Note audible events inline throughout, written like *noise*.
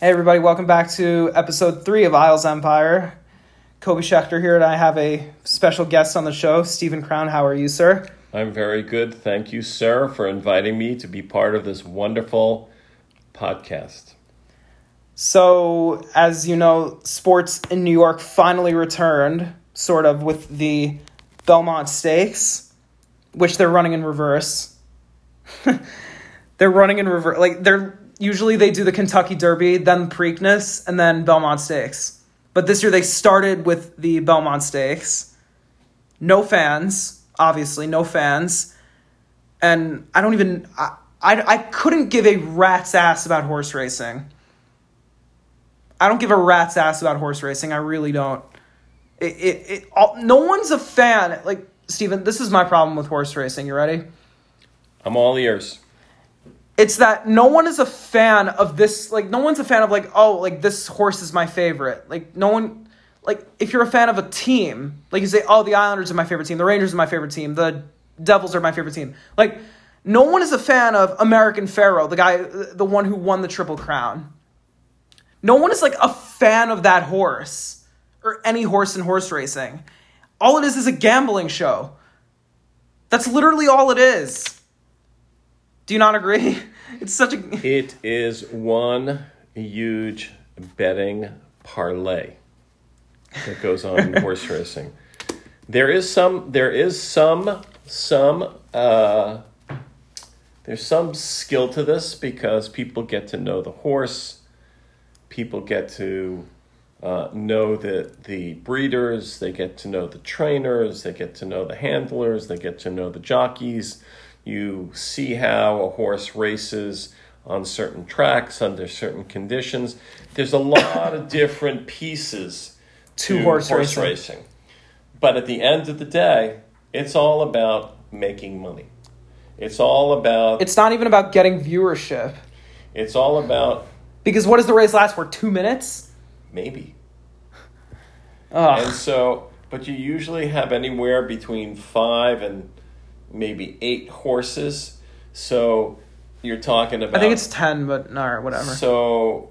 Hey, everybody, welcome back to episode three of Isles Empire. Kobe Schechter here, and I have a special guest on the show, Stephen Crown. How are you, sir? I'm very good. Thank you, sir, for inviting me to be part of this wonderful podcast. So, as you know, sports in New York finally returned, sort of with the Belmont Stakes, which they're running in reverse. *laughs* they're running in reverse. Like, they're usually they do the Kentucky Derby, then Preakness, and then Belmont Stakes. But this year they started with the Belmont Stakes. No fans, obviously, no fans. And I don't even. I, I, I couldn't give a rat's ass about horse racing. I don't give a rat's ass about horse racing. I really don't. It, it, it all, no one's a fan. Like, Steven, this is my problem with horse racing. You ready? I'm all ears. It's that no one is a fan of this. Like, no one's a fan of, like, oh, like, this horse is my favorite. Like, no one. Like, if you're a fan of a team, like, you say, oh, the Islanders are my favorite team, the Rangers are my favorite team, the Devils are my favorite team. Like, no one is a fan of American Pharaoh, the guy, the one who won the Triple Crown no one is like a fan of that horse or any horse in horse racing. All it is is a gambling show. That's literally all it is. Do you not agree? *laughs* It's such a It is one huge betting parlay that goes on in horse racing. There is some. There is some. Some. Uh, there's some skill to this because people get to know the horse. People get to uh, know the the breeders. They get to know the trainers. They get to know the handlers. They get to know the jockeys. You see how a horse races on certain tracks under certain conditions. There's a lot of different pieces To horse racing. racing. But at the end of the day, it's all about making money. It's all about it's not even about getting viewership. it's all about Because what does the race last for? Two minutes? maybe. And Ugh. so, but you usually have anywhere between five and maybe eight horses. So you're talking about. I think it's ten, but all right, whatever. so.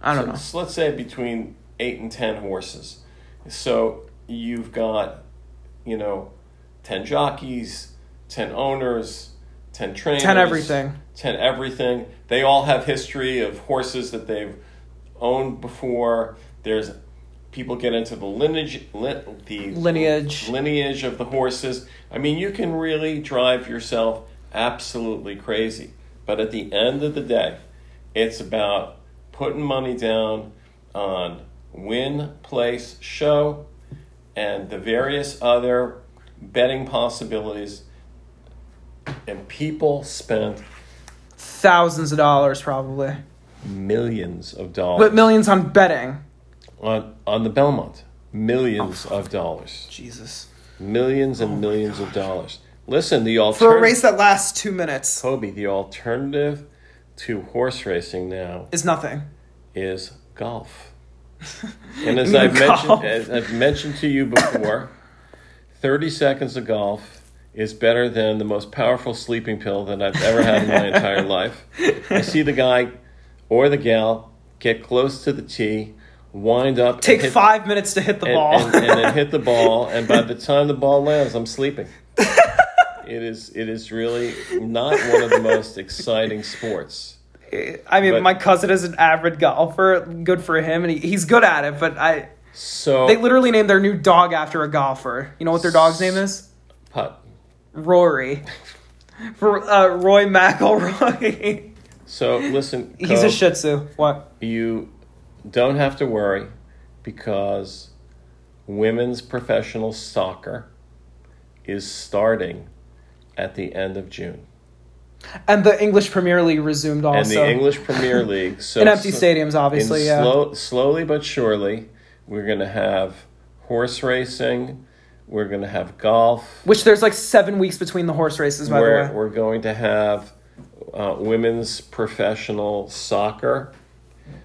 I don't know. so let's say between eight and ten horses. So you've got, you know, ten jockeys, ten owners, ten trainers, everything. ten everything. They all have history of horses that they've owned before. There's people get into the lineage, li- the Lineage. lineage of the horses. I mean, you can really drive yourself absolutely crazy. But at the end of the day, it's about putting money down on win, place, show, and the various other betting possibilities. And people spend Thousands of dollars probably. millions of dollars But millions on betting. on, on the Belmont. Millions Oh, of dollars. Jesus. Millions and millions of dollars. Listen, the Oh For alternative. a race that lasts two minutes Kobe, the alternative to horse racing now is nothing. is *laughs* golf. And as I've Golf. mentioned, as I've mentioned to you before, thirty seconds of golf is better than the most powerful sleeping pill that I've ever had *laughs* in my entire life. I see the guy or the gal get close to the tee, wind up, and Take hit- five minutes to hit the and, ball. and, and then hit the ball, and by the time the ball lands, I'm sleeping. It is it is really not one of the most exciting sports. *laughs* I mean, But- my cousin is an avid golfer. Good for him, and he, he's good at it. But I, So they literally named their new dog after a golfer. You know what their dog's name is? putt. *laughs* Rory, for uh, Roy McIlroy. *laughs* So listen, he's a Coke, Shih Tzu. What? You don't have to worry because women's professional soccer is starting at the end of June, And the English Premier League resumed also. and the English *laughs* Premier League. So in empty so- stadiums, in obviously. Yeah. slow, slowly but surely, we're going to have horse racing. We're going to have golf. Which there's like seven weeks between the horse races, by We're, the way. we're going to have uh, women's professional soccer.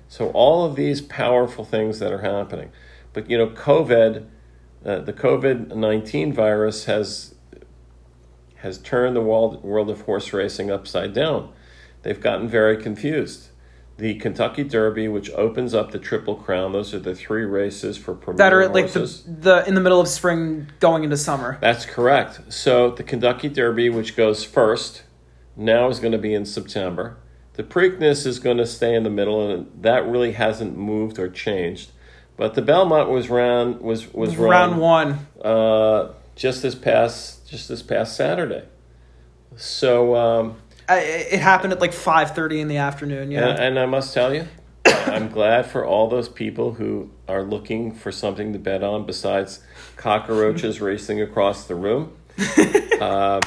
So all of these powerful things that are happening. But, you know, COVID, uh, the COVID-19 virus has has turned the world, world of horse racing upside down. They've gotten very confused. the Kentucky Derby, which opens up the Triple Crown. Those are the three races for premier that are like the, horses. the in the middle of spring going into summer. That's correct. So the Kentucky Derby, which goes first, now is going to be in September. The Preakness is going to stay in the middle, and that really hasn't moved or changed. But the Belmont was round was was Round one. uh, just this past just this past Saturday. So um, I, it happened at like five thirty in the afternoon. Yeah. and, and I must tell you, *coughs* I'm glad for all those people who are looking for something to bet on besides cockroaches racing across the room. *laughs* Uh,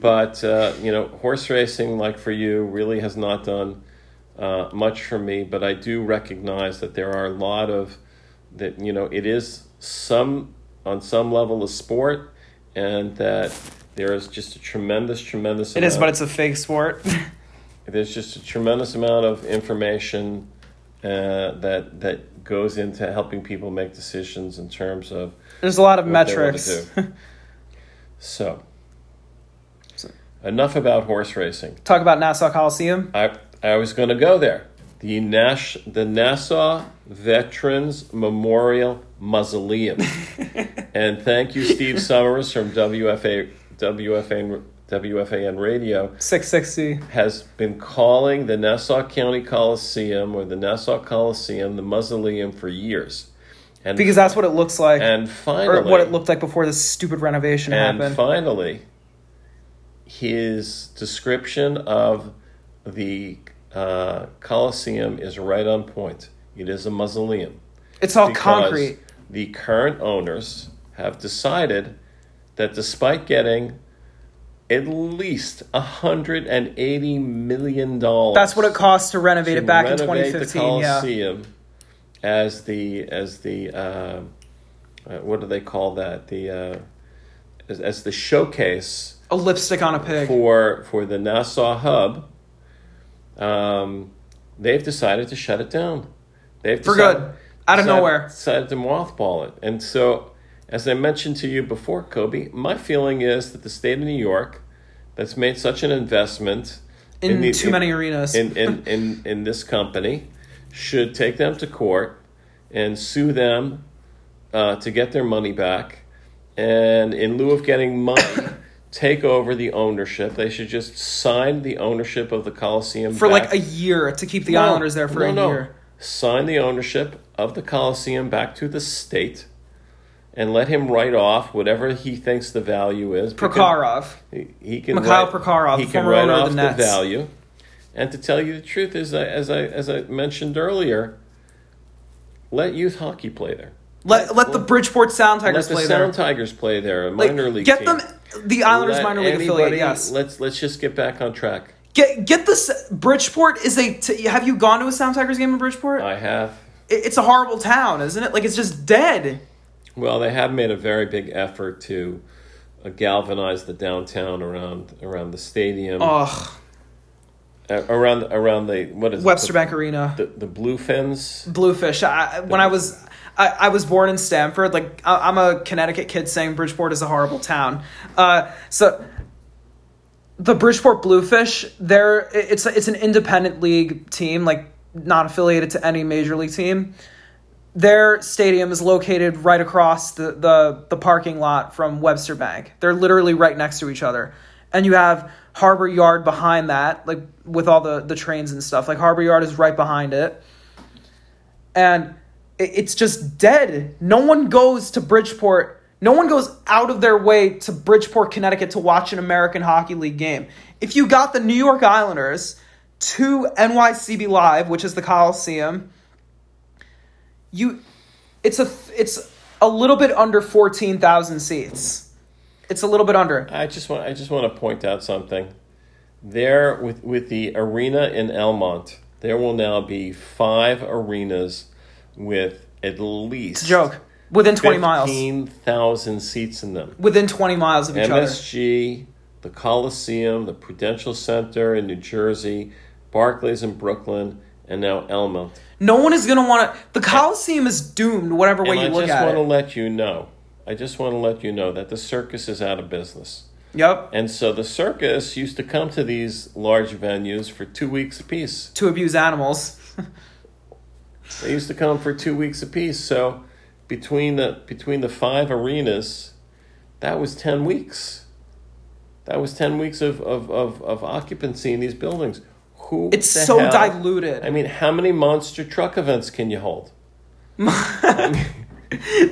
but uh, you know, horse racing, like for you, really has not done uh, much for me. But I do recognize that there are a lot of that. You know, it is some on some level a sport, and that there is just a tremendous, tremendous. it is, amount but it's a fake sport. *laughs* there's just a tremendous amount of information uh, that that goes into helping people make decisions in terms of There's a lot of what they wanna metrics. do. so, So- enough about horse racing. *laughs* Talk about Nassau Coliseum. I I was going to go there. The Nash the Nassau Veterans Memorial Mausoleum, and thank you, Steve Summers from WFA WFA WFAN Radio Six sixty. has been calling the Nassau County Coliseum or the Nassau Coliseum the mausoleum for years, and Because that's what it looks like. and finally or what it looked like before this stupid renovation and happened. finally his description of the uh, Coliseum is right on point. It is a mausoleum it's all because Oh, concrete. The current owners have decided that despite getting at least hundred and eighty million dollars, That's what it costs to renovate it back in renovate 2015. Yeah. The Coliseum as the as the um, uh, what do they call that? The uh, as, as the showcase A lipstick on a pig. for for the Nassau hub. Um, they've decided to shut it down. They've For decide- good. Out of decided- nowhere. Decided to mothball it, and so as I mentioned to you before, Kobe, my feeling is that the state of New York, that's made such an investment in, the- too many arenas. in, in, in, in this company should take them to court and sue them uh, to get their money back. And in lieu of getting *coughs* money, take over the ownership. They should just sign the ownership of the Coliseum for back. like a year to keep the No, Islanders there for no, a no. year. Sign the ownership of the Coliseum back to the state. And let him write off whatever he thinks the value is. because- Prokhorov. he- he can Mikhail write, Prokhorov, he can former write owner of off the the, Nets. value. And to tell you the truth, as I, as I as I mentioned earlier, let youth hockey play there. Let let the Bridgeport Sound Tigers Let the play Sound there. Tigers play there, a Like, minor league. get team. them the Islanders Let minor league affiliate. anybody- Yes. Let's let's just get back on track. Get get this. Bridgeport is a. T- have you gone to a Sound Tigers game in Bridgeport? I have. It- it's a horrible town, isn't it? Like it's just dead. Well, they have made a very big effort to uh, galvanize the downtown around around the stadium, Ugh. uh, around around the what is Webster it, Bank Arena. the, the the Bluefins. Bluefish. I, I- when I was, I, I was born in Stamford. Like I, I'm a Connecticut kid saying Bridgeport is a horrible town. Uh, so the Bridgeport Bluefish, they're i- it's a- it's an independent league team, like not affiliated to any major league team. Their stadium is located right across the, the, the parking lot from Webster Bank. They're literally right next to each other. And you have Harbor Yard behind that, like with all the, the trains and stuff. Like Harbor Yard is right behind it and it- it's just dead. No one goes to Bridgeport. No one goes out of their way to Bridgeport, Connecticut to watch an American Hockey League game. If you got the New York Islanders to NYCB Live, which is the Coliseum, you it's a it's a little bit under 14,000 seats. It's a little bit under. I just want I just want to point out something. There with with the arena in Elmont, there will now be five arenas with at least Joke. Within 20 miles. fifteen thousand seats in them. Within 20 miles of each other. MSG, the Coliseum, the Prudential Center in New Jersey, Barclays in Brooklyn, and now Elmont. No one is going to want to The Coliseum is doomed whatever way And you I look just at want it. to let you know. I just want to let you know that the circus is out of business. Yep. And so the circus used to come to these large venues for two weeks apiece. To abuse animals. *laughs* They used to come for two weeks apiece. So between the between the five arenas, that was ten weeks. That was ten weeks of of, of, of occupancy in these buildings. Who It's the so hell- diluted. I mean, how many monster truck events can you hold?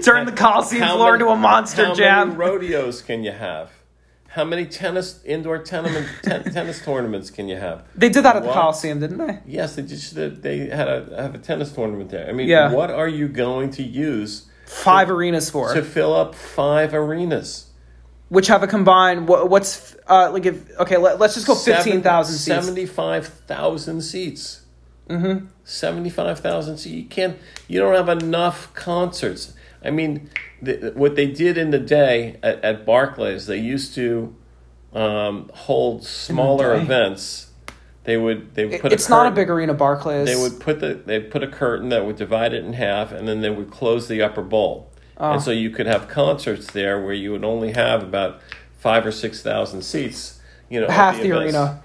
Turn the Coliseum How floor many- into a monster how jam. many rodeos can you have? How many tennis indoor tenement, *laughs* ten, tennis tournaments can you have? they did that at the What? Coliseum, didn't they? Yes, they just they had a have a tennis tournament there. I mean, Yeah. what are you going to use Five arenas for to fill up five arenas? which have a combined what, what's uh like if okay let, let's just go fifteen thousand seats. Seventy-five thousand seats. Mm-hmm. Seventy-five thousand seats. You can't. You don't have enough concerts. I mean, the, what they did in the day at, at Barclays, they used to um, hold smaller day. events. They would. They would put. It's a not a curtain- big arena, Barclays. They would put the. They put a curtain that would divide it in half, and then they would close the upper bowl. Oh. And so you could have concerts there where you would only have about five or six thousand seats. You know, at half the, events arena,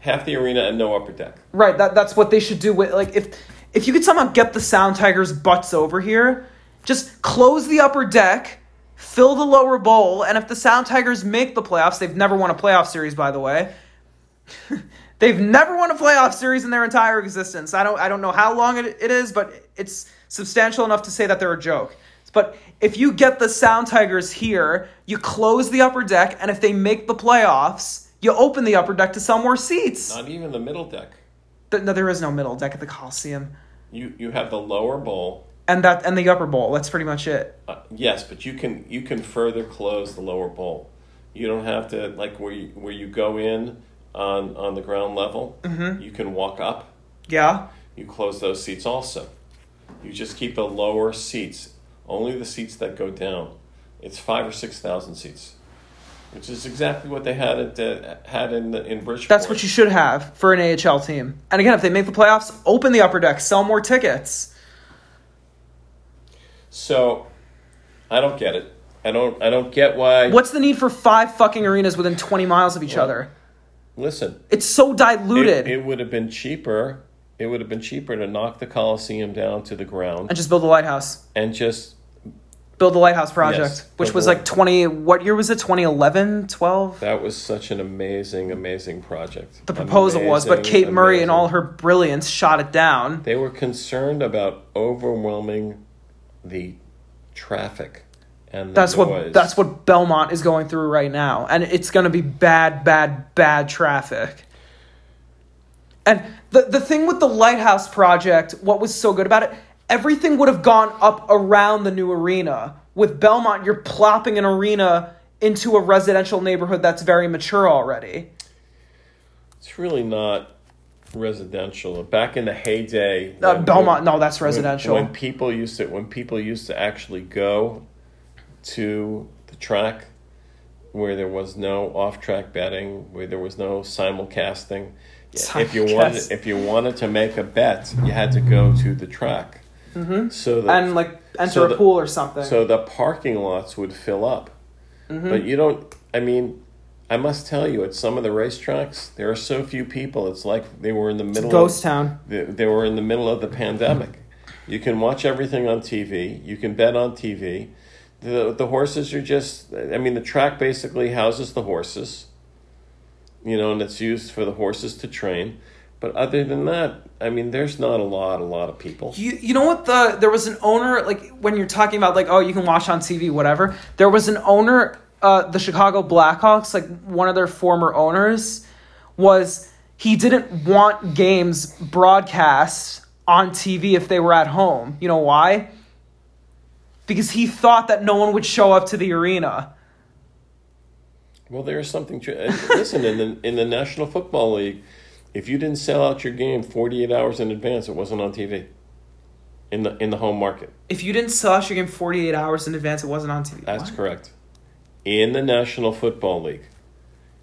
half the arena and no upper deck. right? That that's what they should do with like if if you could somehow get the Sound Tigers butts over here, just close the upper deck, fill the lower bowl, and if the Sound Tigers make the playoffs, they've never won a playoff series, by the way. *laughs* They've never won a playoff series in their entire existence. I don't I don't know how long it, it is, but it's substantial enough to say that they're a joke. But if you get the Sound Tigers here, you close the upper deck, and if they make the playoffs, you open the upper deck to sell more seats. Not even the middle deck. Th- no, there is no middle deck at the Coliseum, You you have the lower bowl. and that and the upper bowl. That's pretty much it. Uh, yes, but you can you can further close the lower bowl. You don't have to like where you, where you go in on on the ground level. Mm-hmm. You can walk up. Yeah, You close those seats also. You just keep the lower seats. Only the seats that go down. It's five or six thousand seats, which is exactly what they had at uh, had in the, in Bridgeport. that's what you should have for an AHL team. And again, if they make the playoffs, open the upper deck, sell more tickets. So, I don't get it. I don't I don't get why. What's the need for five fucking arenas within twenty miles of each other? Listen, It's so diluted. It, it would have been cheaper. It would have been cheaper to knock the Coliseum down to the and ground just build a lighthouse. and just Build the lighthouse project, Yes, which build was the- like 20 what year was it? 2011, 12? that was such an amazing, amazing project. The proposal was, but Kate Murray and all her brilliance shot it down. they were concerned about overwhelming the traffic and the That's noise. what that's what Belmont is going through right now, and it's going to be bad, bad, bad traffic. And the the thing with the lighthouse project, what was so good about it? Everything would have gone up around the new arena. With Belmont, you're plopping an arena into a residential neighborhood that's very mature already. it's really not residential. Back in the heyday, Uh, when- Belmont, no, that's when- residential. When people used to when people used to actually go to the track where there was no off track betting, where there was no simulcasting. If you Simulcast. wanted if you wanted to make a bet, you had to go to the track. Mm-hmm. So the, and like enter so a the- pool or something. so the parking lots would fill up. Mm-hmm. But you don't I mean I must tell you, at some of the racetracks, there are so few people. It's like they were in the middle of, Ghost town. they, they were in the middle of the pandemic. You can watch everything on TV. You can bet on TV. The the horses are just. I mean, the track basically houses the horses. You know, and it's used for the horses to train. But other than that, I mean, there's not a lot, a lot of people. You you know what the there was an owner like when you're talking about like oh you can watch on TV whatever there was an owner uh the Chicago Blackhawks like one of their former owners was he didn't want games broadcast on TV if they were at home. You know why? Because he thought that no one would show up to the arena. Well, there is something. tr- and Listen, in the in the National Football League, if you didn't sell out your game 48 hours in advance, it wasn't on TV. In the in the home market. If you didn't sell out your game 48 hours in advance, it wasn't on TV. That's What? correct. In the National Football League,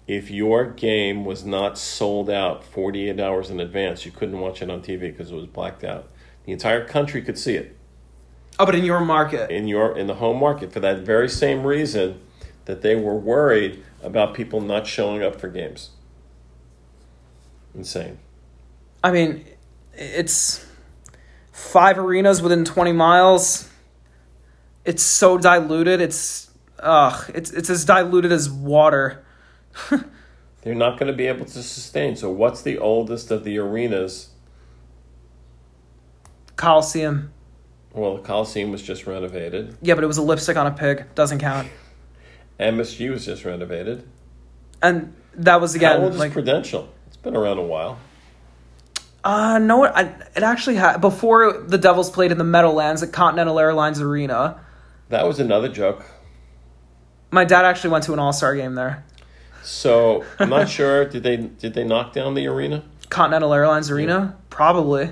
if your game was not sold out 48 hours in advance, you couldn't watch it on TV because it was blacked out. The entire country could see it Oh, but in your market. in your in the home market for that very same reason that they were worried about people not showing up for games. Insane. I mean, it's five arenas within 20 miles. It's so diluted. It's ugh, it's it's as diluted as water. They're not going to be able to sustain. So, what's the oldest of the arenas? Coliseum. Well, the Coliseum was just renovated. Yeah, but it was a lipstick on a pig. Doesn't count. MSU was just renovated. And that was How again old like is Prudential? It's been around a while. uh no I, it actually had before the Devils played in the Meadowlands at Continental Airlines Arena. That was another joke. My dad actually went to an All-Star game there. So I'm *laughs* not sure. Did they did they knock down the arena? Continental Airlines Arena? Probably.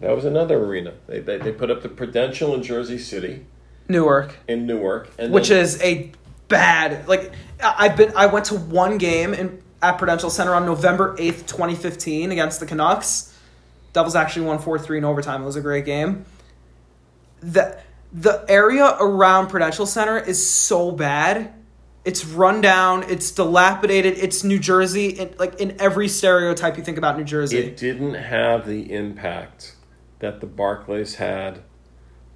That was another arena. They they, they put up the Prudential in Jersey City Newark. in Newark, and which then- is a bad like I- I've been I went to one game in at Prudential Center on November 8th, 2015 against the Canucks. Devils actually won 4-3 in overtime. It was a great game. The the area around Prudential Center is so bad. It's run down, it's dilapidated, it's New Jersey in, like in every stereotype you think about New Jersey. it didn't have the impact that the Barclays had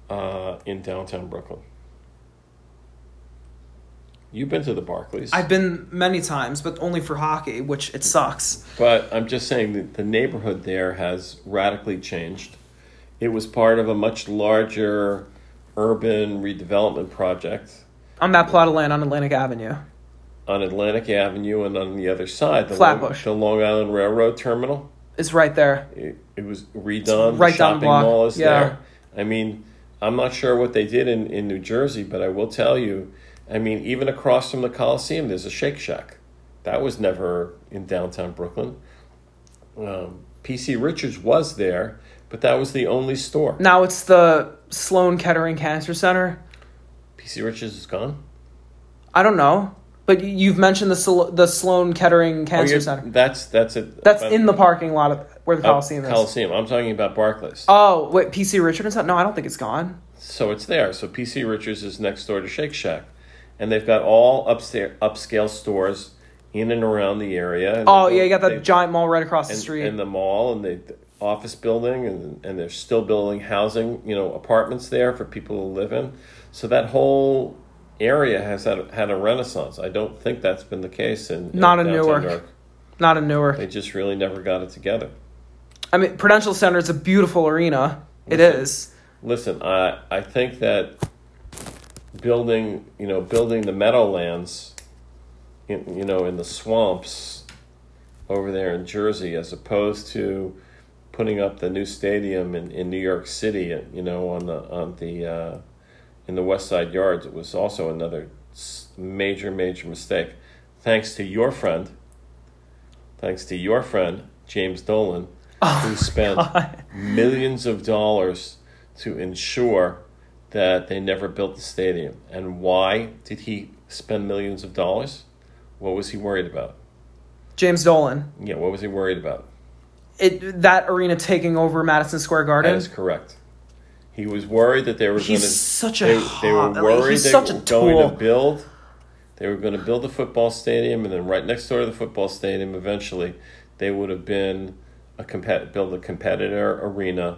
uh, in downtown Brooklyn. You've been to the Barclays, I've been many times, but only for hockey, which it sucks. but I'm just saying that the neighborhood there has radically changed. It was part of a much larger urban redevelopment project. On that plot of land on Atlantic Avenue. on Atlantic Avenue and on the other side, the, Flatbush. Long, the Long Island Railroad Terminal. It's right there. It, it was redone. right down the the shopping block, mall is yeah. there. I mean, I'm not sure what they did in, in New Jersey, but I will tell you, I mean, even across from the Coliseum, there's a Shake Shack. That was never in downtown Brooklyn. Um, PC Richards was there, but that was the only store. Now it's the Sloan Kettering Cancer Center. PC Richards is gone. I don't know, but y- you've mentioned the Sol- the Sloan Kettering Oh, Cancer you're- Center. that's that's it. That's in the parking lot of where the Coliseum is. Coliseum. I'm talking about Barclays. Oh wait, PC Richards? No, I don't think it's gone. So it's there. So PC Richards is next door to Shake Shack, and they've got all upstair upscale stores in and around the area. And Oh they- yeah, you got that they- giant mall right across the and- street. and the mall and the office building, and and they're still building housing, you know, apartments there for people to live in. So that whole area has had, had a renaissance. I don't think that's been the case in, in Not in downtown Newark. Not in Newark. They just really never got it together. I mean, Prudential Center is a beautiful arena. It is. Listen, I I think that building you know building the meadowlands, in, you know in the swamps, over there in Jersey, as opposed to putting up the new stadium in, in New York City, you know on the on the uh, in the West Side Yards, it was also another s- major major mistake. Thanks to your friend, thanks to your friend James Dolan, who spent millions of dollars to ensure that they never built the stadium. And why did he spend millions of dollars? What was he worried about? James Dolan. Yeah, what was he worried about? It that arena taking over Madison Square Garden. That is correct. He was worried that they were going He's to. such a They, they were hob- like, worried he's they such a were going tool. to build. They were going to build a football stadium, and then right next door to the football stadium, eventually, they would have been a compet- build a competitor arena,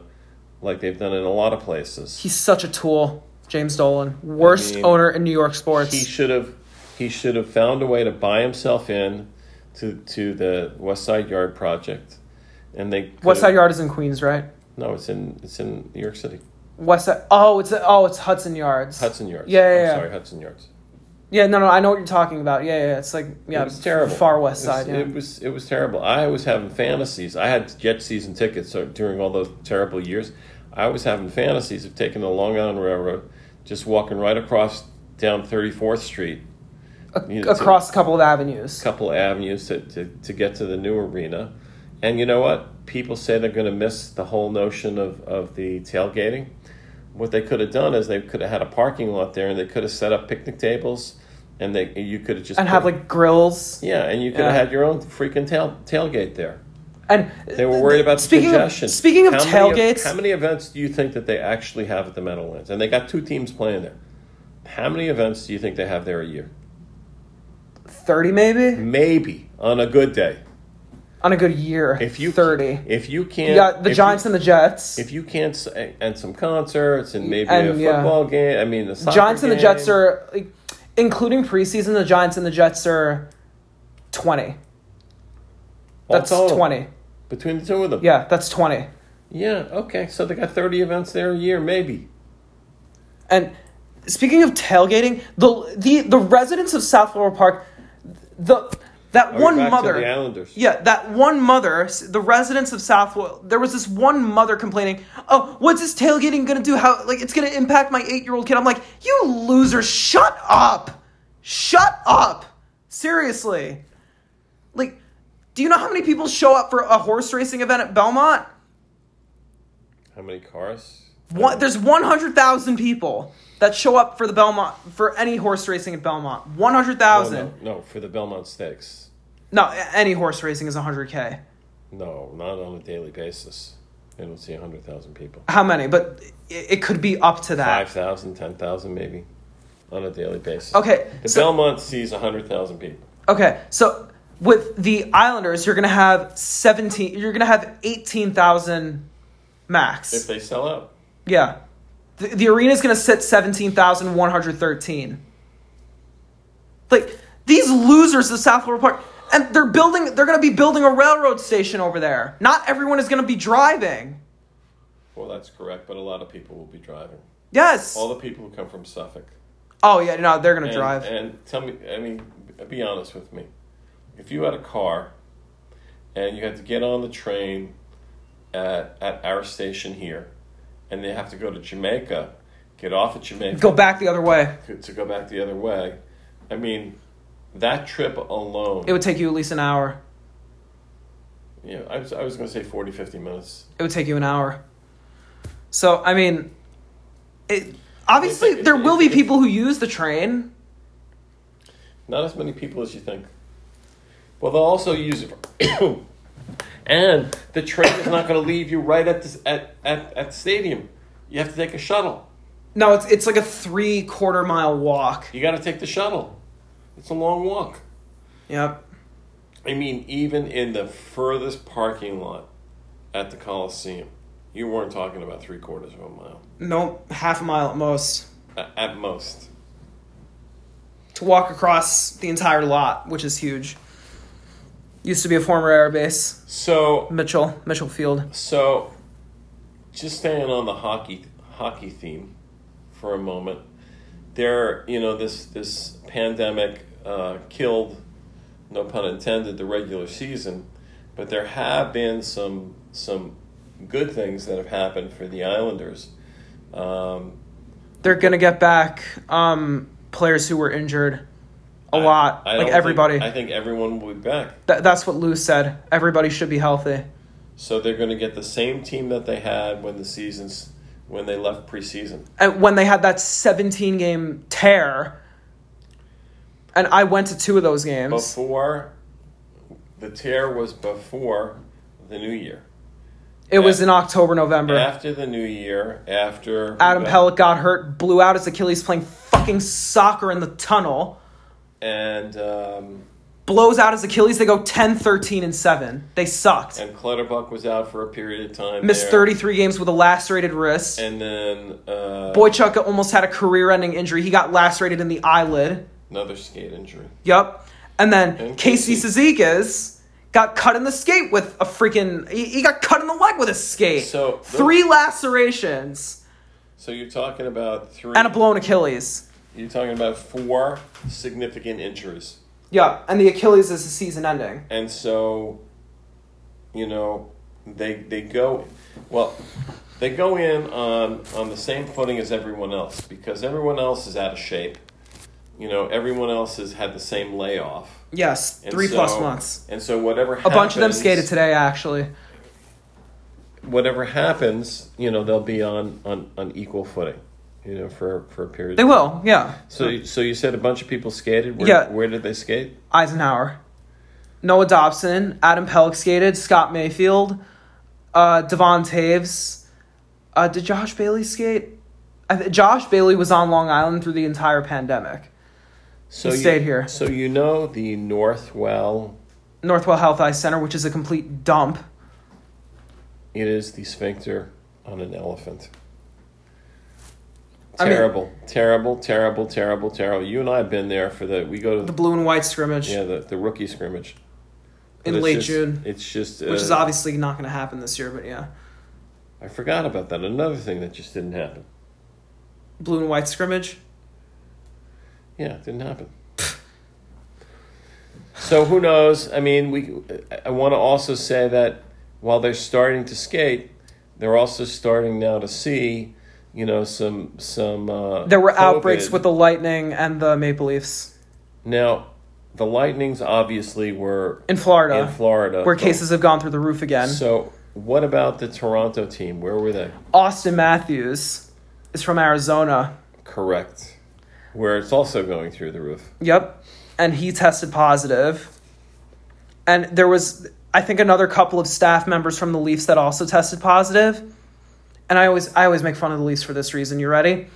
like they've done in a lot of places. He's such a tool. James Dolan, worst I mean, owner in New York sports. he should have he should have found a way to buy himself in to to the West Side Yard project, and they could West Side have- Yard is in Queens, right? No, it's in it's in New York City, West Side. Oh, it's oh, it's Hudson Yards. Hudson Yards. Yeah, yeah, I'm yeah. sorry, Hudson Yards. Yeah, no, no, I know what you're talking about. Yeah, yeah, it's like yeah, it was terrible. Far West It was- Side. yeah. It was it was terrible. I was having fantasies. I had jet season tickets so during all those terrible years. I was having fantasies of taking the Long Island Railroad, just walking right across down Thirty Fourth Street, you know, to- Across a couple of avenues. couple of avenues to, to, to get to the new arena. And you know what? People say they're going to miss the whole notion of, of the tailgating. What they could have done is they could have had a parking lot there and they could have set up picnic tables and they you could have just and have put- like grills. yeah, and you could have Yeah. had your own freaking tail, tailgate there. And They were worried about the speaking congestion. Of, speaking of How many tailgates, how many events do you think that they actually have at the Meadowlands? And they got two teams playing there. How many events do you think they have there a year? thirty maybe Maybe on a good day. on a good year. If you thirty, if you can't, you got the if you- Giants and the Jets. if you can't, s- and some concerts and maybe a And, yeah. football game. I mean, the soccer Giants and the game. Jets are, like, including preseason, the Giants and the Jets are twenty. All That's total, twenty. between the two of them. Yeah, that's twenty. Yeah. Okay. So they got thirty events there a year, maybe. And speaking of tailgating, the the the residents of South Laurel Park, the that Are we one back to mother. the Islanders. Yeah, that one mother, the residents of Southwell, there was this one mother complaining, "Oh, what's this tailgating going to do? How like it's going to impact my 8-year-old kid." I'm like, "You loser, shut up. Shut up. Seriously." Like, do you know how many people show up for a horse racing event at Belmont? How many cars? One, there's 100,000 people that show up for the Belmont for any horse racing at Belmont. Oh, 100,000. no, no, for the Belmont Stakes. No, a- any horse racing is 100k. No, not on a daily basis. They don't see hundred thousand people. How many? But it, it could be up to that. 5,000, 10,000 maybe on a daily basis. Okay, The so- Belmont sees 100,000 people. Okay, so with the Islanders, you're gonna have seventeen. You're gonna have eighteen thousand max. If they sell out. yeah, the, the arena's gonna sit seventeen thousand one hundred thirteen. Like these losers of South Florida Park, and they're building. They're gonna be building a railroad station over there. Not everyone is gonna be driving. Well, that's correct, but a lot of people will be driving. Yes. All the people who come from Suffolk. oh yeah, no, they're gonna And, drive. And tell me, I mean, be honest with me. If you had a car and you had to get on the train at, at our station here and they have to go to Jamaica, get off at Jamaica, Go back the other way. to go back the other way, I mean, that trip alone. It would take you at least an hour. Yeah, I was, I was going to say 40, 50 minutes. it would take you an hour. So I mean, it obviously *laughs* It's- there will be it's- people who use the train. Not as many people as you think. Well, they'll also use it. *coughs* and the train is not going to leave you right at, this, at, at, at the stadium. You have to take a shuttle. No, it's it's like a three quarter mile walk. You got to take the shuttle. It's a long walk. Yep. I mean, even in the furthest parking lot at the Coliseum, you weren't talking about three quarters of a mile No, half a mile at most a- at most. to walk across the entire lot, which is huge. Used to be a former air base, So Mitchell Mitchell Field. So, just staying on the hockey hockey theme for a moment, there you know this this pandemic uh, killed, no pun intended, the regular season, but there have been some some good things that have happened for the Islanders. Um, They're gonna get back um, players who were injured a lot, I don't like think- everybody. I think everyone will be back. Tha- that's what Lou said. Everybody should be healthy. So they're going to get the same team that they had when the seasons when they left preseason. and when they had that 17 game tear and i went to two of those games before the tear was before the new year. it was in october november After the new year, after adam pellet got hurt blew out his achilles playing fucking soccer in the tunnel and um, blows out his achilles they go 10 13 and 7 they sucked and Clutterbuck was out for a period of time. missed there. 33 games with a lacerated wrist and then uh, boychuk almost had a career-ending injury he got lacerated in the eyelid another skate injury. Yep. And then And Casey Casey. Sezikis got cut in the skate with a freaking. He, he got cut in the leg with a skate. So, those- three lacerations So you're talking about three. and a blown Achilles. you're talking about four significant injuries, Yep. And the Achilles is the season ending. and so you know they they go well. They go in on, on the same footing as everyone else because everyone else is out of shape. You know, everyone else has had the same layoff. Yes. And three plus so- months. And so whatever A bunch of them skated today, actually. Whatever happens, you know, they'll be on, on, on equal footing, you know, for, for a period. They will. Yeah. So so you said a bunch of people skated. Where, Yeah. Where did they skate? Eisenhower, Noah Dobson, Adam Pellick skated, Scott Mayfield, uh, Devon Taves. Uh, did Josh Bailey skate? I th- Josh Bailey was on Long Island through the entire pandemic. So It you- stayed here. So you know the Northwell. Northwell Health Eye Center, which is a complete dump. It is the sphincter on an elephant. I mean- Terrible, terrible, terrible, terrible, terrible. You and I have been there for the. We go to The blue and white scrimmage, yeah the, the rookie scrimmage In But it's late just- June. It's just which is uh, obviously not going to happen this year, but yeah. I forgot about that. Another thing that just didn't happen. Blue and white scrimmage. Yeah, it *laughs* didn't happen. so who knows? I mean, we. I- I want to also say that while they're starting to skate, they're also starting now to see, you know, some some. Uh, There were COVID. outbreaks with the Lightning and the Maple Leafs now. The lightnings obviously were in Florida, in Florida, where but- cases have gone through the roof again. So what about the Toronto team? Where were they? Austin Matthews is from Arizona. Correct. Where it's also going through the roof. Yep. And he tested positive. And there was, I think, another couple of staff members from the Leafs that also tested positive. And I always, I always make fun of the Leafs for this reason. You ready?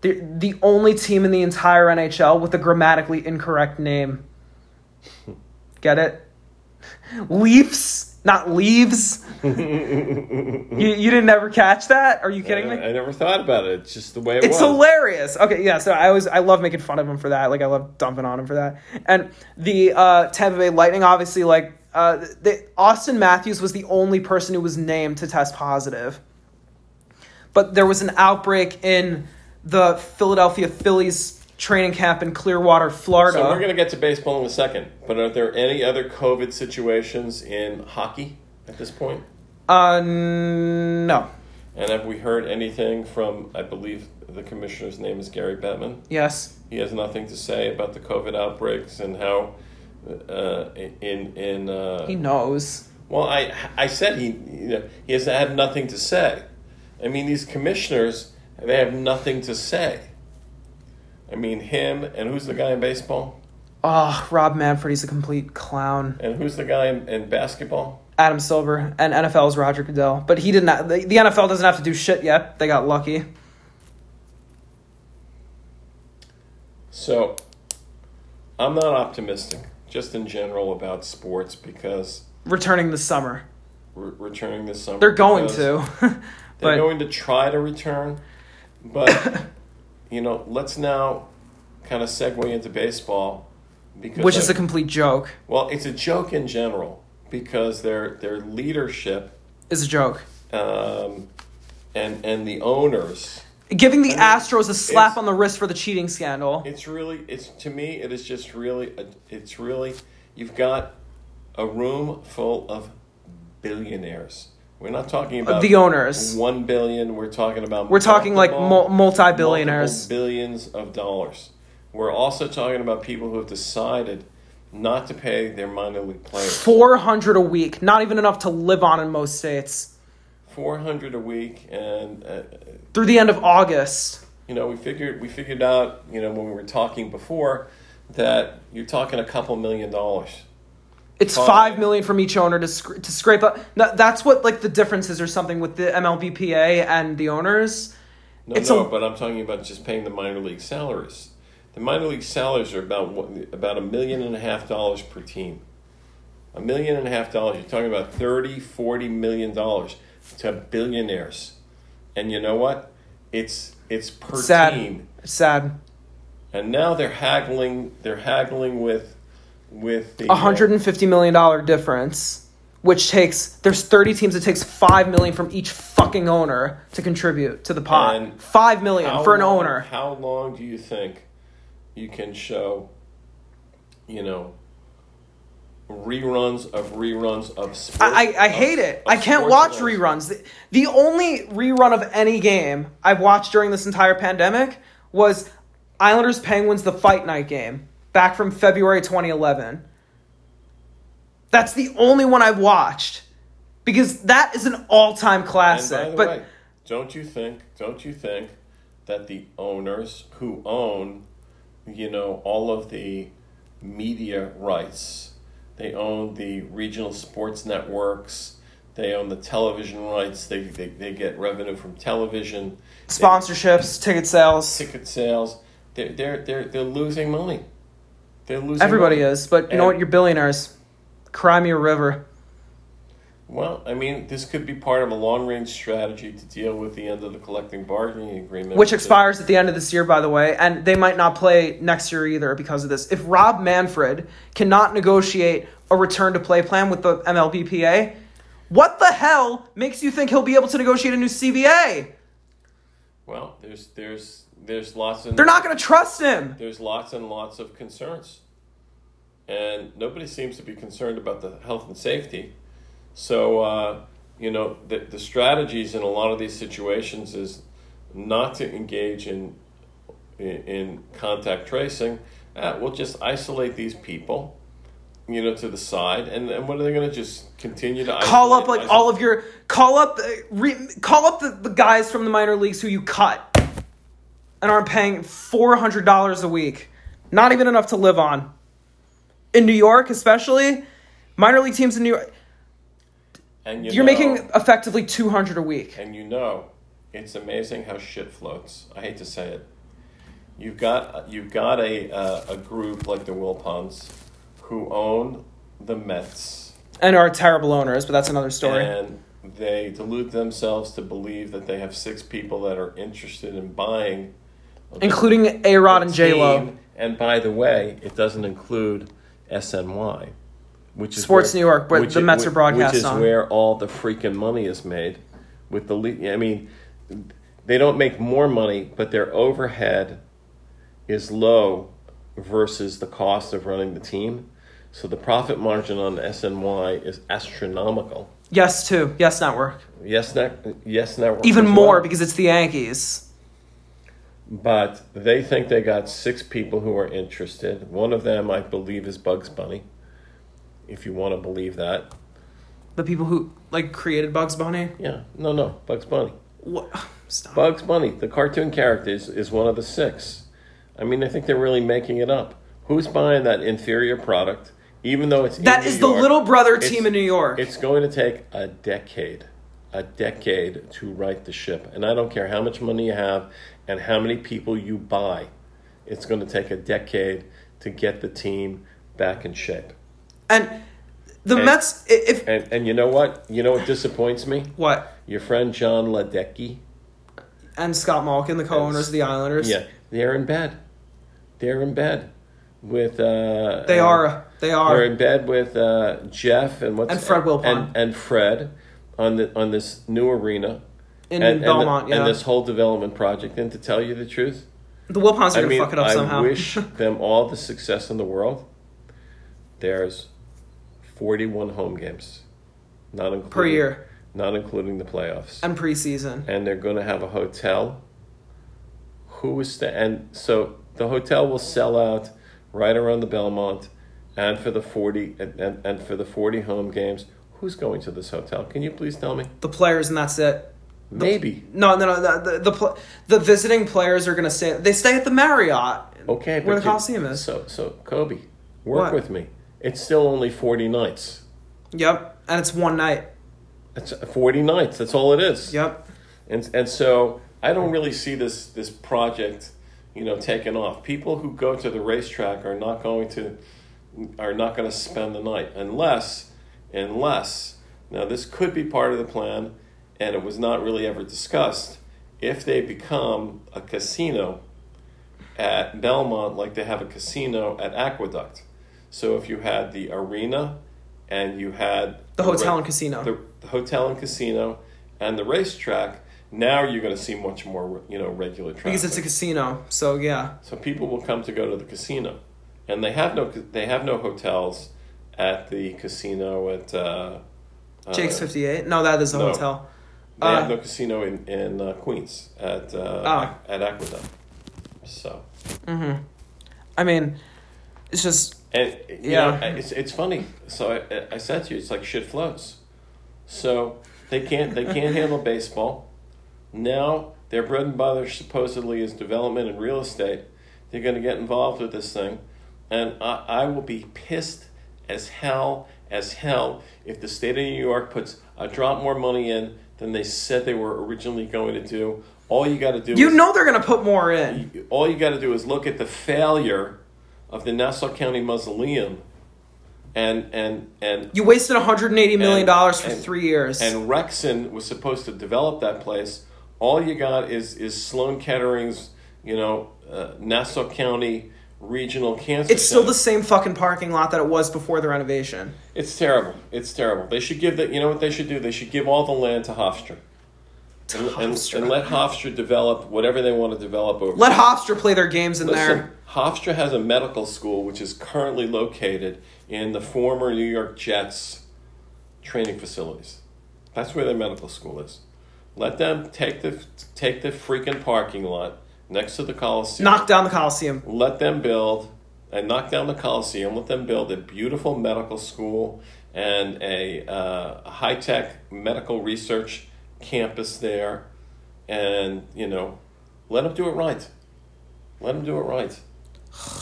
The the only team in the entire NHL with a grammatically incorrect name. Get it? Leafs, not leaves. you you didn't ever catch that? Are you kidding me? I, I never thought about it. It's just the way it It's was. hilarious. Okay, yeah. So I always I love making fun of him for that. Like I love dumping on him for that. And the uh, Tampa Bay Lightning, obviously, like uh, the, Austin Matthews was the only person who was named to test positive. But there was an outbreak in the Philadelphia Phillies training camp in Clearwater, Florida. So we're going to get to baseball in a second, but are there any other COVID situations in hockey at this point? uh, no. And have we heard anything from, I believe the commissioner's name is Gary Bettman? Yes. He has nothing to say about the COVID outbreaks and how uh, in, in uh, He knows. Well, I I said he you know, he has had nothing to say. I mean, these commissioners they have nothing to say. I mean, him and who's the guy in baseball Oh, Rob Manfred, he's a complete clown. and who's the guy in, in basketball? Adam Silver and NFL's Roger Goodell. But he did not. The, the NFL doesn't have to do shit yet. They got lucky. So, I'm not optimistic just in general about sports because Returning this summer, re- returning this summer they're going because to. *laughs* but They're going to try to return, *coughs* but you know, let's now kind of segue into baseball because which I- is a complete joke. Well, it's a joke in general because their their leadership Is a joke. um, and and the owners. Giving the Astros a slap it's- on the wrist for the cheating scandal. It's really it's to me it is just really a, it's really you've got a room full of billionaires. We're not talking about the owners. One billion. We're talking about We're talking like mul- multiple- multi-billionaires. multiple billions of dollars. We're also talking about people who have decided not to pay their minor league players. Four hundred a week, not even enough to live on in most states. Four hundred a week, and uh, Through the end of August, you know, we figured we figured out, you know, when we were talking before, that you're talking a couple million dollars. it's Oh. five million from each owner to scr- to scrape up. No, that's what like the differences or something with the MLBPA and the owners. No, It's no, a- but I'm talking about just paying the minor league salaries. The minor league salaries are about one- about a million and a half dollars per team. A million and a half dollars. You're talking about 30, 40 million dollars to billionaires. And you know what? It's it's per Sad. team. It's sad. And now they're haggling they're haggling with with the uh, A hundred and fifty million dollar difference, which takes there's thirty teams. It takes five million from each fucking owner to contribute to the pot. And five million How for an long- owner. How long do you think you can show, you know, reruns of reruns of sports? I, I I hate it. I can't watch reruns. The, the only rerun of any game I've watched during this entire pandemic was Islanders Penguins the fight night game back from February 2011. That's the only one I've watched because that is an all time And by classic. the But way, don't you think? Don't you think that the owners who own, you know, all of the media rights, they own the regional sports networks. They own the television rights. They, they, they get revenue from television. They- sponsorships, ticket sales. ticket sales. They're they're they're, they're losing money. They're losing. Everybody money. is, but you know And- what? You're billionaires. Cry me a river. Well, I mean, this could be part of a long range strategy to deal with the end of the collective bargaining agreement, Which that- expires at the end of this year, by the way, and they might not play next year either because of this. If Rob Manfred cannot negotiate a return to play plan with the MLBPA, what the hell makes you think he'll be able to negotiate a new CBA? Well, there's there's there's lots and They're not going to trust him. there's lots and lots of concerns, and nobody seems to be concerned about the health and safety. So uh, you know, the the strategies in a lot of these situations is not to engage in in, in contact tracing. Uh, we'll just isolate these people, you know, to the side, and, and what are they going to just continue to Call isolate, up like isolate? all of your call up uh, re, call up the, the guys from the minor leagues who you cut and aren't paying four hundred dollars a week, not even enough to live on. In New York, especially, minor league teams in New York. and you You're know- making effectively 200 a week. And you know, it's amazing how shit floats. I hate to say it. You've got you've got a uh, a group like the Wilpons, who own the Mets, And are terrible owners, but that's another story. and they delude themselves to believe that they have six people that are interested in buying, the Including A Rod and team. J Lo. And by the way, it doesn't include SNY, which is Sports where- New York, where which the is- Mets are broadcast which is on. where all the freaking money is made. With the le- I mean, they don't make more money, but their overhead is low versus the cost of running the team. So the profit margin on SNY is astronomical. Yes, too. Yes, Network. Yes, net, yes, network. Even as more well. because it's the Yankees. But they think they got six people who are interested. One of them, I believe, is Bugs Bunny, if you want to believe that. The people who like created Bugs Bunny. Yeah, no, no, Bugs Bunny. What? Stop. Bugs Bunny, the cartoon character, is, is one of the six. I mean, I think they're really making it up. Who's buying that inferior product, even though it's in that New is the York? little brother team It's- in New York. It's going to take a decade, a decade to right the ship. And I don't care how much money you have and how many people you buy, it's going to take a decade to get the team back in shape. And the And- Mets, i- if And, and you know what? You know what disappoints me? what? Your friend John Ledecky. And Scott Malkin, the co-owners of the Islanders. Yeah, they're in bed. They're in bed with. Uh, They are. They They're are. in bed with uh, Jeff and what's And Fred Wilpon. and, and Fred on the on this new arena In and, and the- Belmont, yeah. and this whole development project. And to tell you the truth, The Wilpons are I gonna mean, fuck it up I somehow. *laughs* wish them all the success in the world. There's forty-one home games, not including per year not including the playoffs and preseason. and they're going to have a hotel. Who is the and so the hotel will sell out right around the Belmont, and for the forty and, and, and for the forty home games. Who's going to this hotel? Can you please tell me? The players and that's it. Maybe. No, no, no. The the the, pl- the visiting players are gonna stay. They stay at the Marriott. Okay, where but the you- Coliseum is. So, so Kobe, work What? with me. It's still only forty nights. Yep, and it's one night. That's forty nights. That's all it is. Yep. And and so I don't really see this this project, you know, taking off. People who go to the racetrack are not going to are not going to spend the night unless unless now this could be part of the plan and it was not really ever discussed if they become a casino at Belmont like they have a casino at Aqueduct. So if you had the arena and you had The hotel ra- and casino. the, the hotel and casino and the racetrack, now you're going to see much more, you know, regular traffic. Because it's a casino, so yeah. so people will come to go to the casino, and they have no they have no hotels at the casino at uh, uh, Jake's fifty eight. No, that is a no. hotel. They uh, have no casino in in uh, Queens at uh, Ah. at Aqueduct. So I mean, it's just And Yeah. yeah, it's it's funny. So I, I said to you, it's like shit floats. So they can't they can't handle baseball. Now their bread and butter supposedly is development and real estate. They're going to get involved with this thing, and I, I will be pissed as hell as hell if the state of New York puts a drop more money in than they said they were originally going to do. All you got to do you is know they're gonna put more in. all you got to do is look at the failure of the Nassau County Mausoleum and and and You wasted 180 million dollars for And- and- three years. and Rexon was supposed to develop that place. All you got is is Sloan Kettering's, you know, uh, Nassau County Regional Cancer. it's still Center. the same fucking parking lot that it was before the renovation. It's terrible. It's terrible. They should give that. You know what they should do? They should give all the land to Hofstra. And, and- Hofstra. and let Hofstra develop whatever they want to develop over. Let Hofstra play their games in Listen, there. Hofstra has a medical school which is currently located in the former New York Jets training facilities. That's where their medical school is. Let them take the take the freaking parking lot next to the Coliseum. Knock down the Coliseum. let them build and knock down the Coliseum. Let them build a beautiful medical school and a uh, high tech medical research campus there, and you know, let them do it right. Let them do it right. *sighs*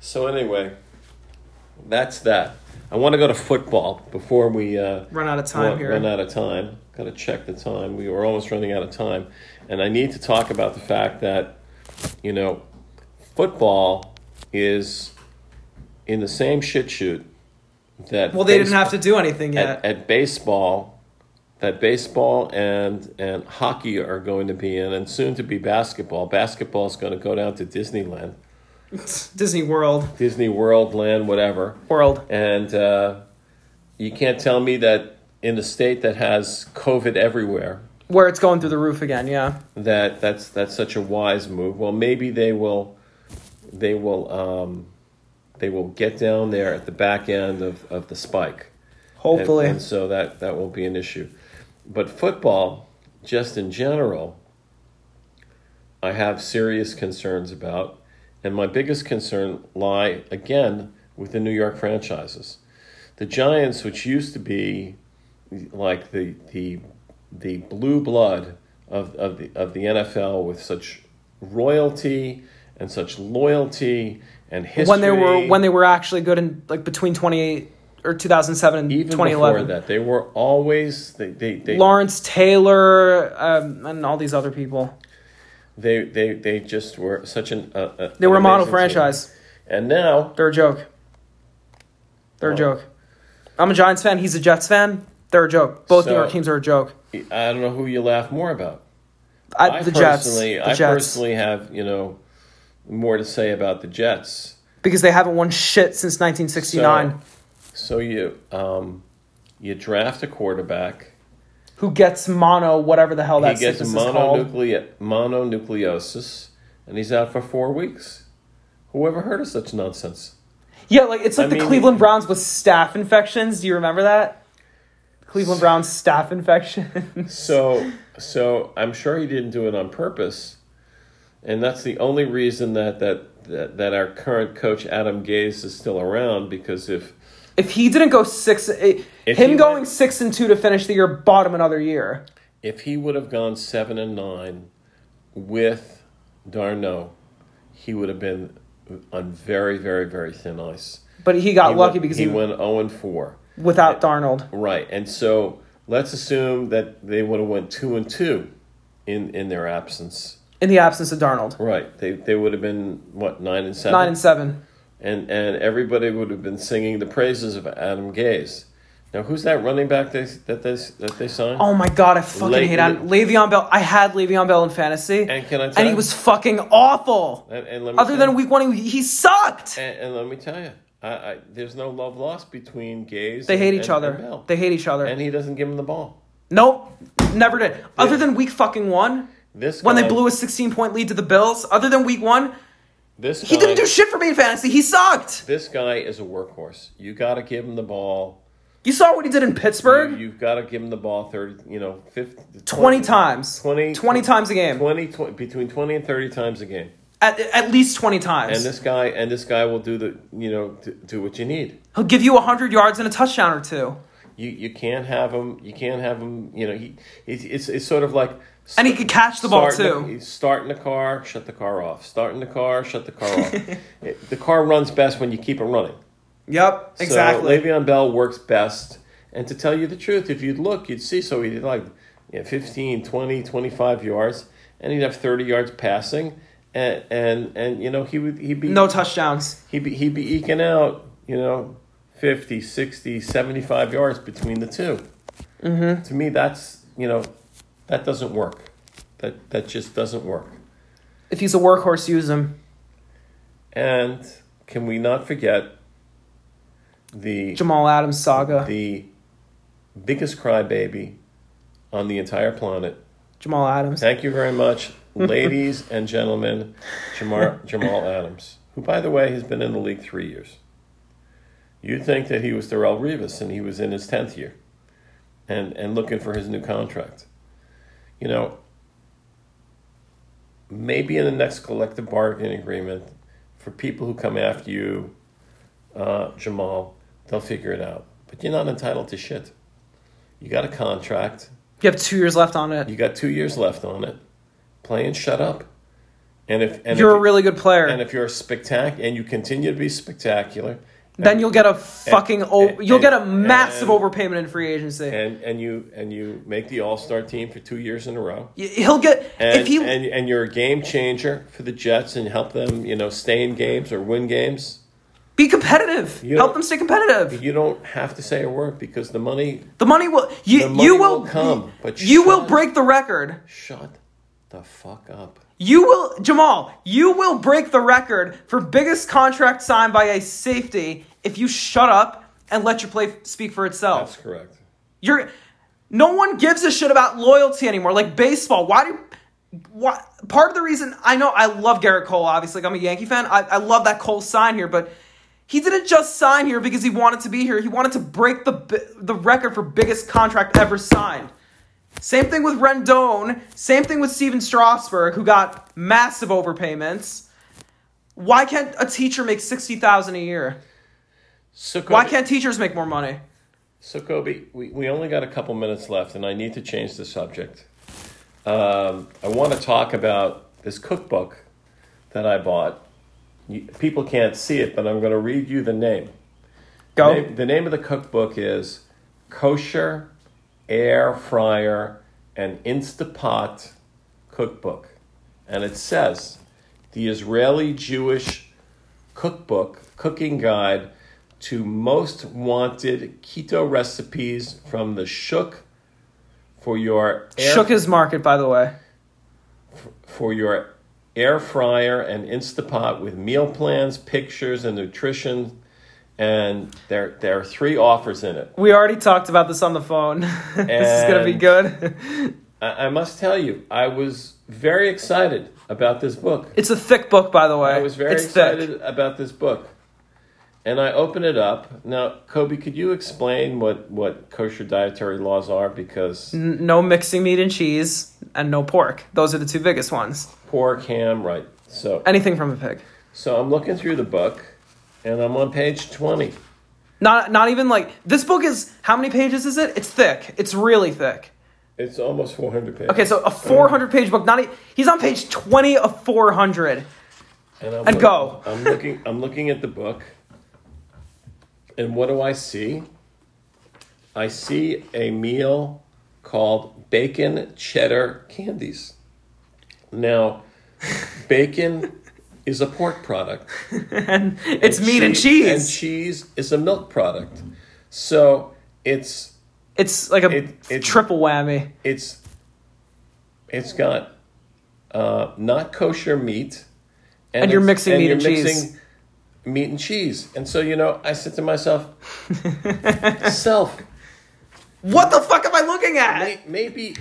So anyway, that's that. I want to go to football before we uh, Run out of time run, here. run out of time. Got to check the time. We were almost running out of time, and I need to talk about the fact that you know football is in the same shit shoot that Well, they didn't baseball- have to do anything yet. at, at baseball that baseball and and hockey are going to be in and soon to be basketball basketball is going to go down to disneyland Disney World. disney world land whatever World. and uh, you can't tell me that in a state that has covid everywhere Where it's going through the roof again, yeah. that that's that's such a wise move. Well, maybe they will, they will, um, they will get down there at the back end of, of the spike. And- Hopefully. and, so that that won't be an issue. But football, just in general, I have serious concerns about, and my biggest concern lie again with the New York franchises, the Giants, which used to be like the the the blue blood of of the of the NFL with such royalty and such loyalty and history when they were when they were actually good in like between 28 or 2007 and even before 2011. that they were always they they they, Lawrence Taylor um, and all these other people. they, they, they just were such an uh, uh, They were a an model amazing franchise. team. and now They're a joke. They're a Oh. joke. I'm a Giants fan. He's a Jets fan. They're a joke. Both New So- York teams are a joke. I don't know who you laugh more about I, I Uh, the Jets. personally The I Jets. personally have you know more to say about the Jets because they haven't won shit since 1969. so you um, you draft a quarterback Who gets mono, whatever the hell that he gets sickness is called. mononucle- mononucleosis and he's out for four weeks whoever heard of such nonsense Yeah, like it's like I the mean- Cleveland Browns with staph infections. Do you remember that? Cleveland Browns staph infections. *laughs* So, so I'm sure he didn't do it on purpose, and that's the only reason that that that, that our current coach Adam Gase is still around because if if he didn't go six, it, If he him going went- six and two to finish the year, bought him another year. if he would have gone seven and nine with Darno, he would have been on very very very thin ice. But he got He lucky went- because he he, went zero and four. without Darnold. Right, and so let's assume that they would have went two and two in in their absence. In the absence of Darnold, Right, they they would have been what nine and seven. nine and seven. and and everybody would have been singing the praises of Adam Gaze. Now, who's that running back they, that they that they signed? Oh my god, I fucking Le- hate on Le'Veon Bell. I had Le'Veon Bell in fantasy, And can I tell and he you- was fucking awful. and, and let me Other tell than you- week one, he, he sucked. and, and let me tell you, I, I, there's no love lost between Gaze. They and, hate each and- and other. Bell. They hate each other. and he doesn't give him the ball. Nope, never did. Other than week fucking one, This when they guy- blew a 16 point lead to the Bills, other than week one, this he guy, didn't do shit for me in fantasy. He sucked. This guy is a workhorse. You got to give him the ball. You saw what he did in Pittsburgh? You, have got to give him the ball thirty, you know, 50, 20 times. 20 20 times a game. 20, 20 between twenty and thirty times a game. At, at least 20 times. And this guy, and this guy will do the, you know, do, do what you need. He'll give you 100 yards and a touchdown or two. You you can't have him. You can't have him. You know he it's it's, it's sort of like And he could catch the ball, starting too. The, starting the car, shut the car off. Starting the car, shut the car *laughs* off. It- the car runs best when you keep it running. Yep, exactly. So Le'Veon Bell works best. And to tell you the truth, if you'd look, you'd see. So he did like you know, 15, 20, 25 yards, and he'd have 30 yards passing, and and and you know he would he'd be No touchdowns. he'd be, he'd be eking out you know 50 60 75 yards between the 2 mm-hmm. to me that's you know that doesn't work that that just doesn't work If he's a workhorse, use him. and can we not forget the Jamal Adams saga. the biggest crybaby on the entire planet Jamal Adams. Thank you very much, ladies and gentlemen. Jamar, Jamal Adams, who, by the way, has been in the league three years. You'd think that he was Darrell Revis and he was in his 10th year and, and looking for his new contract. You know, maybe in the next collective bargaining agreement, for people who come after you, uh, Jamal, they'll figure it out. But you're not entitled to shit. You got a contract. You have two years left on it. You got two years left on it. Play and shut up. And if and You're if, a really good player. and if you're spectacular and you continue to be spectacular, then you'll get a fucking o and- you'll get a and- massive and- overpayment in free agency. and and you and you make the All Star team for two years in a row. Y- He'll get And, if he and and you're a game changer for the Jets and help them you know stay in games or win games. be competitive. You Help don't- them stay competitive. You don't have to say a word because the money The money will you the money you will, come. But you shut, will break the record. Shut the fuck up. You will Jamal, you will break the record for biggest contract signed by a safety if you shut up and let your play speak for itself. That's correct. You're no one gives a shit about loyalty anymore. Like baseball, why do why part of the reason I know I love Garrett Cole, obviously, like I'm a Yankee fan. I, I love that Cole sign here, but he didn't just sign here because he wanted to be here. He wanted to break the bi- the record for biggest contract ever signed. Same thing with Rendon, same thing with Steven Strasberg, who got massive overpayments. Why can't a teacher make sixty thousand a year? So Why Kobe- can't teachers make more money? So, Kobe, we, we only got a couple minutes left, and I need to change the subject. Um, I want to talk about this cookbook that I bought. You, people can't see it, but I'm going to read you the name. Go. The, name. the name of the cookbook is Kosher Air Fryer and Instapot Cookbook. And it says the Israeli Jewish cookbook, cooking guide to most wanted keto recipes from the Shuk for your air, Shook his market, by the way. for your air fryer and Instapot with meal plans, pictures, and nutrition. And there, there are three offers in it. We already talked about this on the phone. *laughs* this is gonna be And- good. *laughs* I, I must tell you, I was very excited about this book. It's a thick book, by the way. I was very it's excited Thick. about this book. And I opened it up. Now, Kobe, could you explain what, what kosher dietary laws are? Because N- No mixing meat and cheese, and no pork. Those are the two biggest ones. pork, ham, right. So, Anything from a pig. so I'm looking through the book, and I'm on page 20. Not, not even like this book is. How many pages is it? It's thick. It's really thick. It's almost 400 pages. Okay, so a 400 page book. Not e- he's on page 20 of 400. and, I'm and look- go. I'm looking. I'm looking at the book, and what do I see? I see a meal called bacon cheddar candies. Now, bacon is a pork product. It's meat and chee- cheese. And cheese is a milk product. So it's it's like a It- it- triple whammy. it's it's got uh, not kosher meat, And you're it's- mixing meat and cheese. meat and cheese. And so you know, I said to myself, self, What the fuck am I looking at? may- maybe.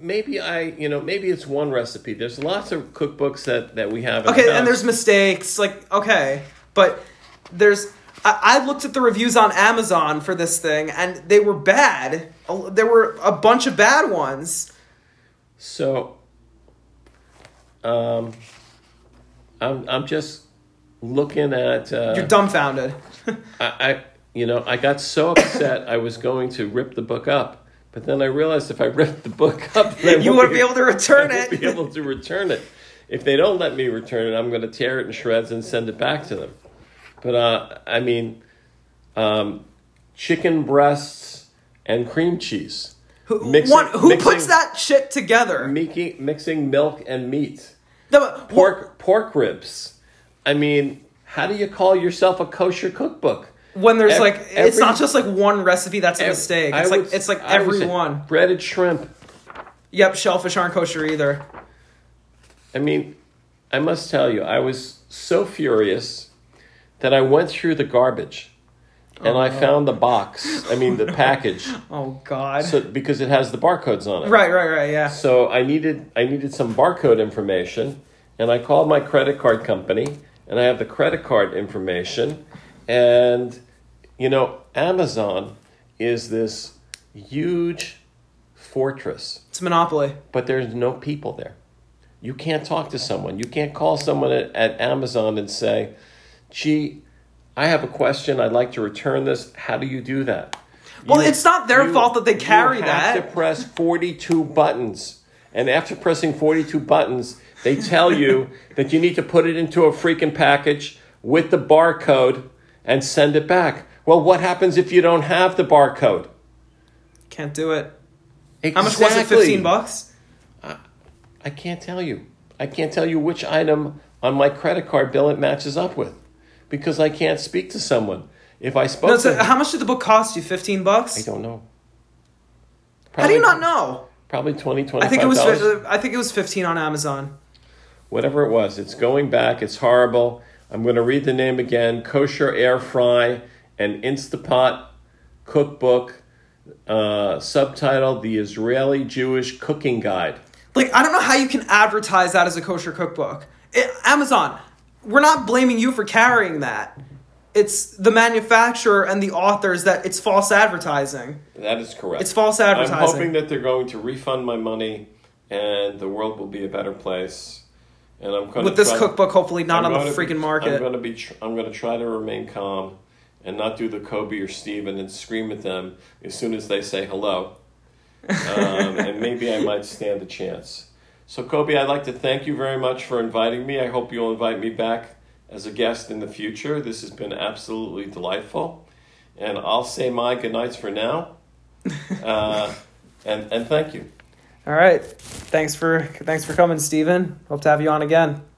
Maybe I, you know, maybe it's one recipe. There's lots of cookbooks that that we have. In Okay, house. and there's mistakes. Like, okay, but there's. I, I looked at the reviews on Amazon for this thing, and they were bad. A- There were a bunch of bad ones. so. Um, I'm I'm just looking at. Uh, You're dumbfounded. I, I you know I got so upset I was going to rip the book up, but then I realized if I ripped the book up, then *laughs* *laughs* I you won't wouldn't be able to return *laughs* I won't be it. able to return it. If they don't let me return it, I'm going to tear it in shreds and send it back to them. But uh, I mean, um, chicken breasts and cream cheese. Who- Mixing- one, who mixing- puts that shit together? Miki- mixing milk and meat. The- Pork pork ribs. I mean, how do you call yourself a kosher cookbook? when there's Ev- like it's every- not just like one recipe that's a Ev- mistake. I It's like would- it's like I would say every one. Breaded shrimp. Yep, shellfish aren't kosher either. I mean, I must tell you, I was so furious that I went through the garbage and I found the box. *laughs* I mean, the package. Oh god. So because it has the barcodes on it. right, right, right. Yeah. So I needed I needed some barcode information, and I called my credit card company, and I have the credit card information, and you know Amazon is this huge fortress, It's monopoly. but there's no people there. You can't talk to someone. You can't call someone at, at Amazon and say, "Gee, I have a question. I'd like to return this. How do you do that?" Well, You- it's not their fault that they carry you have that. to press 42 buttons. And after pressing 42 buttons, they tell *laughs* you that you need to put it into a freaking package with the barcode and send it back. Well, what happens if you don't have the barcode? Can't do it. Exactly. How much was it? Fifteen bucks. I can't tell you. I can't tell you which item on my credit card bill it matches up with because I can't speak to someone. If I spoke No, to so them, how much did the book cost you? Fifteen I bucks. don't know. How do you not Probably- know? Probably 20, 25 I think it was. fi- I think it was fifteen on Amazon. whatever it was. It's going back. It's horrible. I'm going to read the name again Kosher Air Fry and Instapot Cookbook, uh, subtitled The Israeli Jewish Cooking Guide. Like I don't know how you can advertise that as a kosher cookbook. It, Amazon, we're not blaming you for carrying that. It's the manufacturer and the authors that it's false advertising. That is correct. It's false I'm advertising. hoping that they're going to refund my money and the world will be a better place. And I'm going With to this try- cookbook, hopefully not on I'm the gonna be- freaking I'm market. going to be. Tr- I'm going to try to remain calm and not do the Kobe or Steven and scream at them as soon as they say hello. *laughs* Um, and maybe I might stand a chance. So Kobe, I'd like to thank you very much for inviting me. I hope you'll invite me back as a guest in the future. This has been absolutely delightful, and I'll say my goodnights *laughs* for now. Uh, and and thank you. All right. Thanks for thanks for coming, Steven. Hope to have you on again.